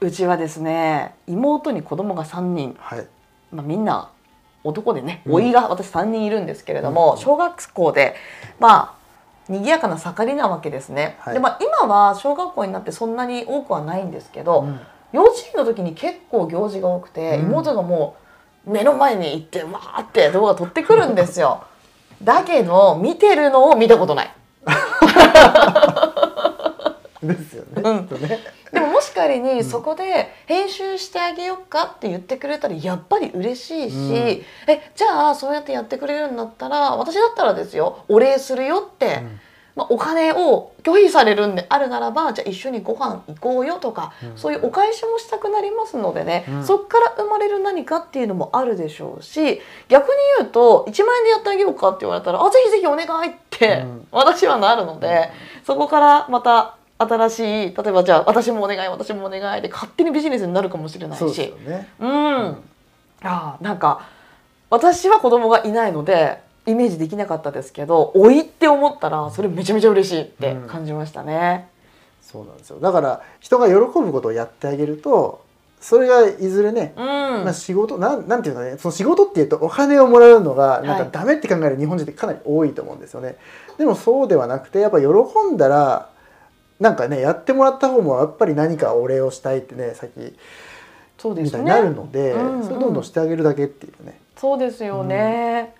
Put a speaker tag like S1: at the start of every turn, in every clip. S1: うちはですね妹に子供が3人、
S2: はい
S1: まあ、みんな男でね
S2: うん
S1: 甥、が私3人いるんですけれども、
S2: うん
S1: 小学校でまあ賑やかな盛りなわけですね、
S2: はい
S1: でまあ、今は小学校になってそんなに多くはないんですけど、
S2: うん
S1: 幼稚園の時に結構行事が多くて、
S2: うん
S1: 妹がもう目の前に行ってわーって動画撮ってくるんですよだけど見てるのを見たことない
S2: ですよね。
S1: うん
S2: きっとね
S1: でももし仮にそこで編集してあげようかって言ってくれたらやっぱり嬉しいし、
S2: うん
S1: えじゃあそうやってやってくれるようになったら私だったらですよお礼するよって、
S2: うん
S1: まあ、お金を拒否されるんであるならばじゃあ一緒にご飯行こうよとか、
S2: うん
S1: そういうお返しもしたくなりますのでね、
S2: うん
S1: そっから生まれる何かっていうのもあるでしょうし逆に言うと1万円でやってあげようかって言われたらあぜひぜひお願いって
S2: うん
S1: 私はなるので、そこからまた新しい例えばじゃあ私もお願い私もお願いで勝手にビジネスになるかもしれないし
S2: そうですよね。
S1: うん、あーなんか私は子供がいないのでイメージできなかったですけど老いって思ったらそれめちゃめちゃ嬉しいって感じましたね。
S2: そうなんですよ。だから人が喜ぶことをやってあげると、それがいずれね、
S1: うん、
S2: まあ仕事なんなんていうのね、その仕事っていうとお金をもらうのがなんか
S1: はい
S2: ダメって考える日本人ってかなり多いと思うんですよね。でもそうではなくて、やっぱ喜んだらなんかねやってもらった方もやっぱり何かお礼をしたいってね、さっき
S1: そうで
S2: み
S1: す
S2: たい
S1: ね
S2: になるので、
S1: うんうん
S2: それどんどんしてあげるだけっていうね。
S1: そうですよね。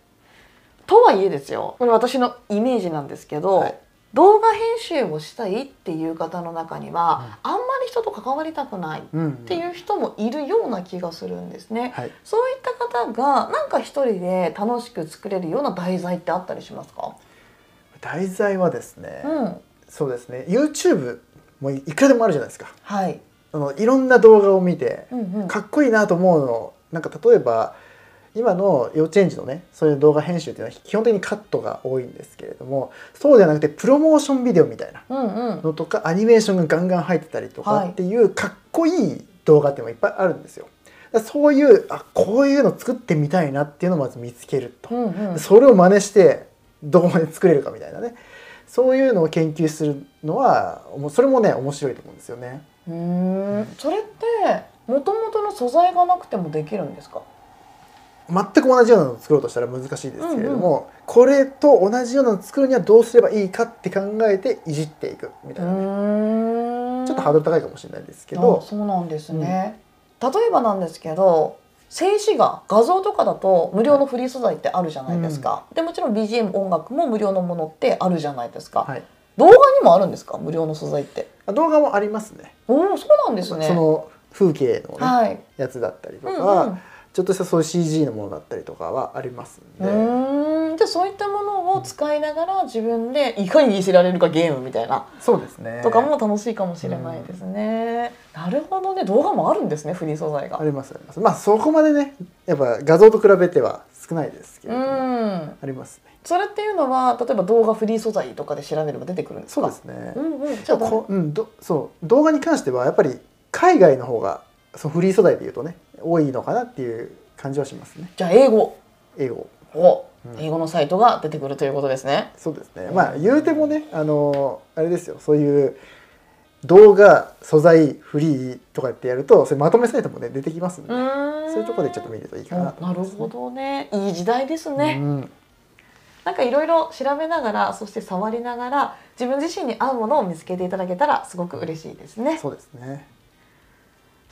S1: とはいえですよこれ私のイメージなんですけど、
S2: はい
S1: 動画編集をしたいっていう方の中には、あんまり人と関わりたくないっ
S2: うん、
S1: ていう人もいるような気がするんですね。
S2: はい。
S1: そういった方がなんか一人で楽しく作れるような題材ってあったりしますか？
S2: 題材はですね、
S1: うん、
S2: そうですね。YouTube もいくらでもあるじゃないですか。
S1: はい。
S2: あのいろんな動画を見て
S1: うんうん。
S2: かっこいいなと思うのなんか例えば今の幼稚園児のねそういう動画編集っていうのは基本的にカットが多いんですけれどもそうじゃなくてプロモーションビデオみたいな
S1: うんうん。
S2: のとかアニメーションがガンガン入ってたりと
S1: は
S2: か
S1: い
S2: っていうかっこいい動画っていうのがいっぱいあるんですよ。だからそういうあこういうの作ってみたいなっていうのをまず見つけると。
S1: うんうん。
S2: それを真似してどこまで作れるかみたいなねそういうのを研究するのはもうそれもね面白いと思うんですよね。
S1: うーん。それって元々の素材がなくてもできるんですか？
S2: 全く同じようなのを作ろうとしたら難しいですけれども、これと同じようなのを作るにはどうすればいいかって考えていじっていくみたいなね、
S1: ーん
S2: ちょっとハードル高いかもしれないですけ
S1: あ
S2: ど、
S1: そうなんですね、例えばなんですけど静止画画像とかだと無料のフリー素材ってあるじゃないですか、でもちろん BGM 音楽も無料のものってあるじゃないですか、
S2: はい、
S1: 動画にもあるんですか無料の素材って
S2: あ動画もありますね
S1: おおそうなんですね
S2: その風景の、ね
S1: はい
S2: やつだったりと
S1: う
S2: か、
S1: んうん
S2: ちょっとしたそういう CG のものだったりとかはありますん
S1: う
S2: で、
S1: ーんじゃあそういったものを使いながら自分でいかに見せられるかゲームみたいな
S2: そうですね
S1: とかも楽しいかもしれないですね、なるほどね動画もあるんですねフリー素材が
S2: ありますありますまあそこまでねやっぱ画像と比べては少ないですけ
S1: う
S2: れども、あ
S1: ん
S2: りますね
S1: それっていうのは例えば動画フリー素材とかで調べれば出てくるんですか
S2: そうですね
S1: う、んうん、じ
S2: じゃ
S1: ゃ
S2: あ
S1: あ
S2: こうんどそう動画に関してはやっぱり海外の方がそのフリー素材でいうとね多いのかなっていう感じはしますね
S1: じゃあ英語
S2: 英語
S1: を、
S2: うん
S1: 英語のサイトが出てくるということですね。
S2: そうですねまあ言うてもねあのあれですよそういう動画素材フリーとかってやるとそれまとめサイトもね出てきますんで、
S1: ん
S2: そういうところでちょっと見るといいかなと
S1: な
S2: 思
S1: る
S2: います、
S1: ほどねいい時代ですね、
S2: うん
S1: なんかいろいろ調べながらそして触りながら自分自身に合うものを見つけていただけたらすごく嬉しいですね
S2: そうですね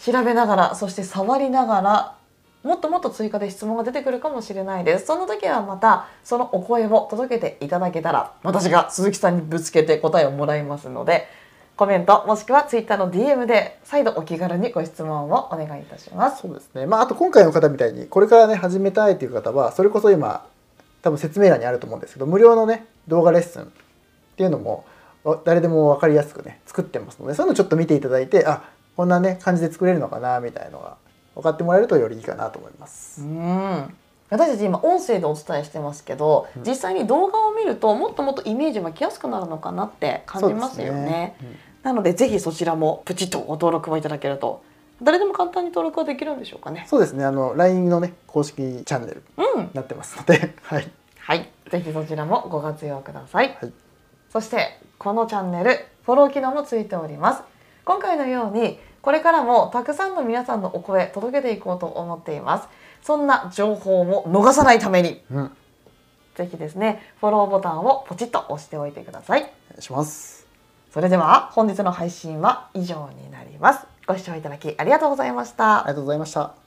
S1: 調べながらそして触りながらもっともっと追加で質問が出てくるかもしれないですその時はまたそのお声を届けていただけたら私が鈴木さんにぶつけて答えをもらいますのでコメントもしくはツイッターの DM で再度お気軽にご質問をお願いいたします
S2: そうですねまああと今回の方みたいにこれからね始めたいという方はそれこそ今多分説明欄にあると思うんですけど無料のね動画レッスンっていうのもあ誰でも分かりやすくね作ってますのでそういうのちょっと見ていただいてあこんなね感じで作れるのかなみたいのが分かってもらえるとよりいいかなと思いま
S1: う
S2: す。
S1: ん私たち今音声でお伝えしてますけど、実際に動画を見るともっともっとイメージ湧きやすくなるのかなって感じますよ
S2: そうです
S1: ね。
S2: うん
S1: なのでぜひそちらもプチッとご登録もいただけると誰でも簡単に登録はできるんでしょうかね。
S2: そうですねあの LINE のね公式チャンネル
S1: うん
S2: に、なってますのではい
S1: はい、ぜひそちらもご活用ください。
S2: はい
S1: そしてこのチャンネルフォロー機能もついております。今回のようにこれからもたくさんの皆さんのお声届けていこうと思っていますそんな情報を逃さないために
S2: うん、お願
S1: ぜひですねフォローボタンをポチッと押しておいてください
S2: いします。
S1: それでは本日の配信は以上になりますご視聴いただきありがとうございました
S2: ありがとうございました。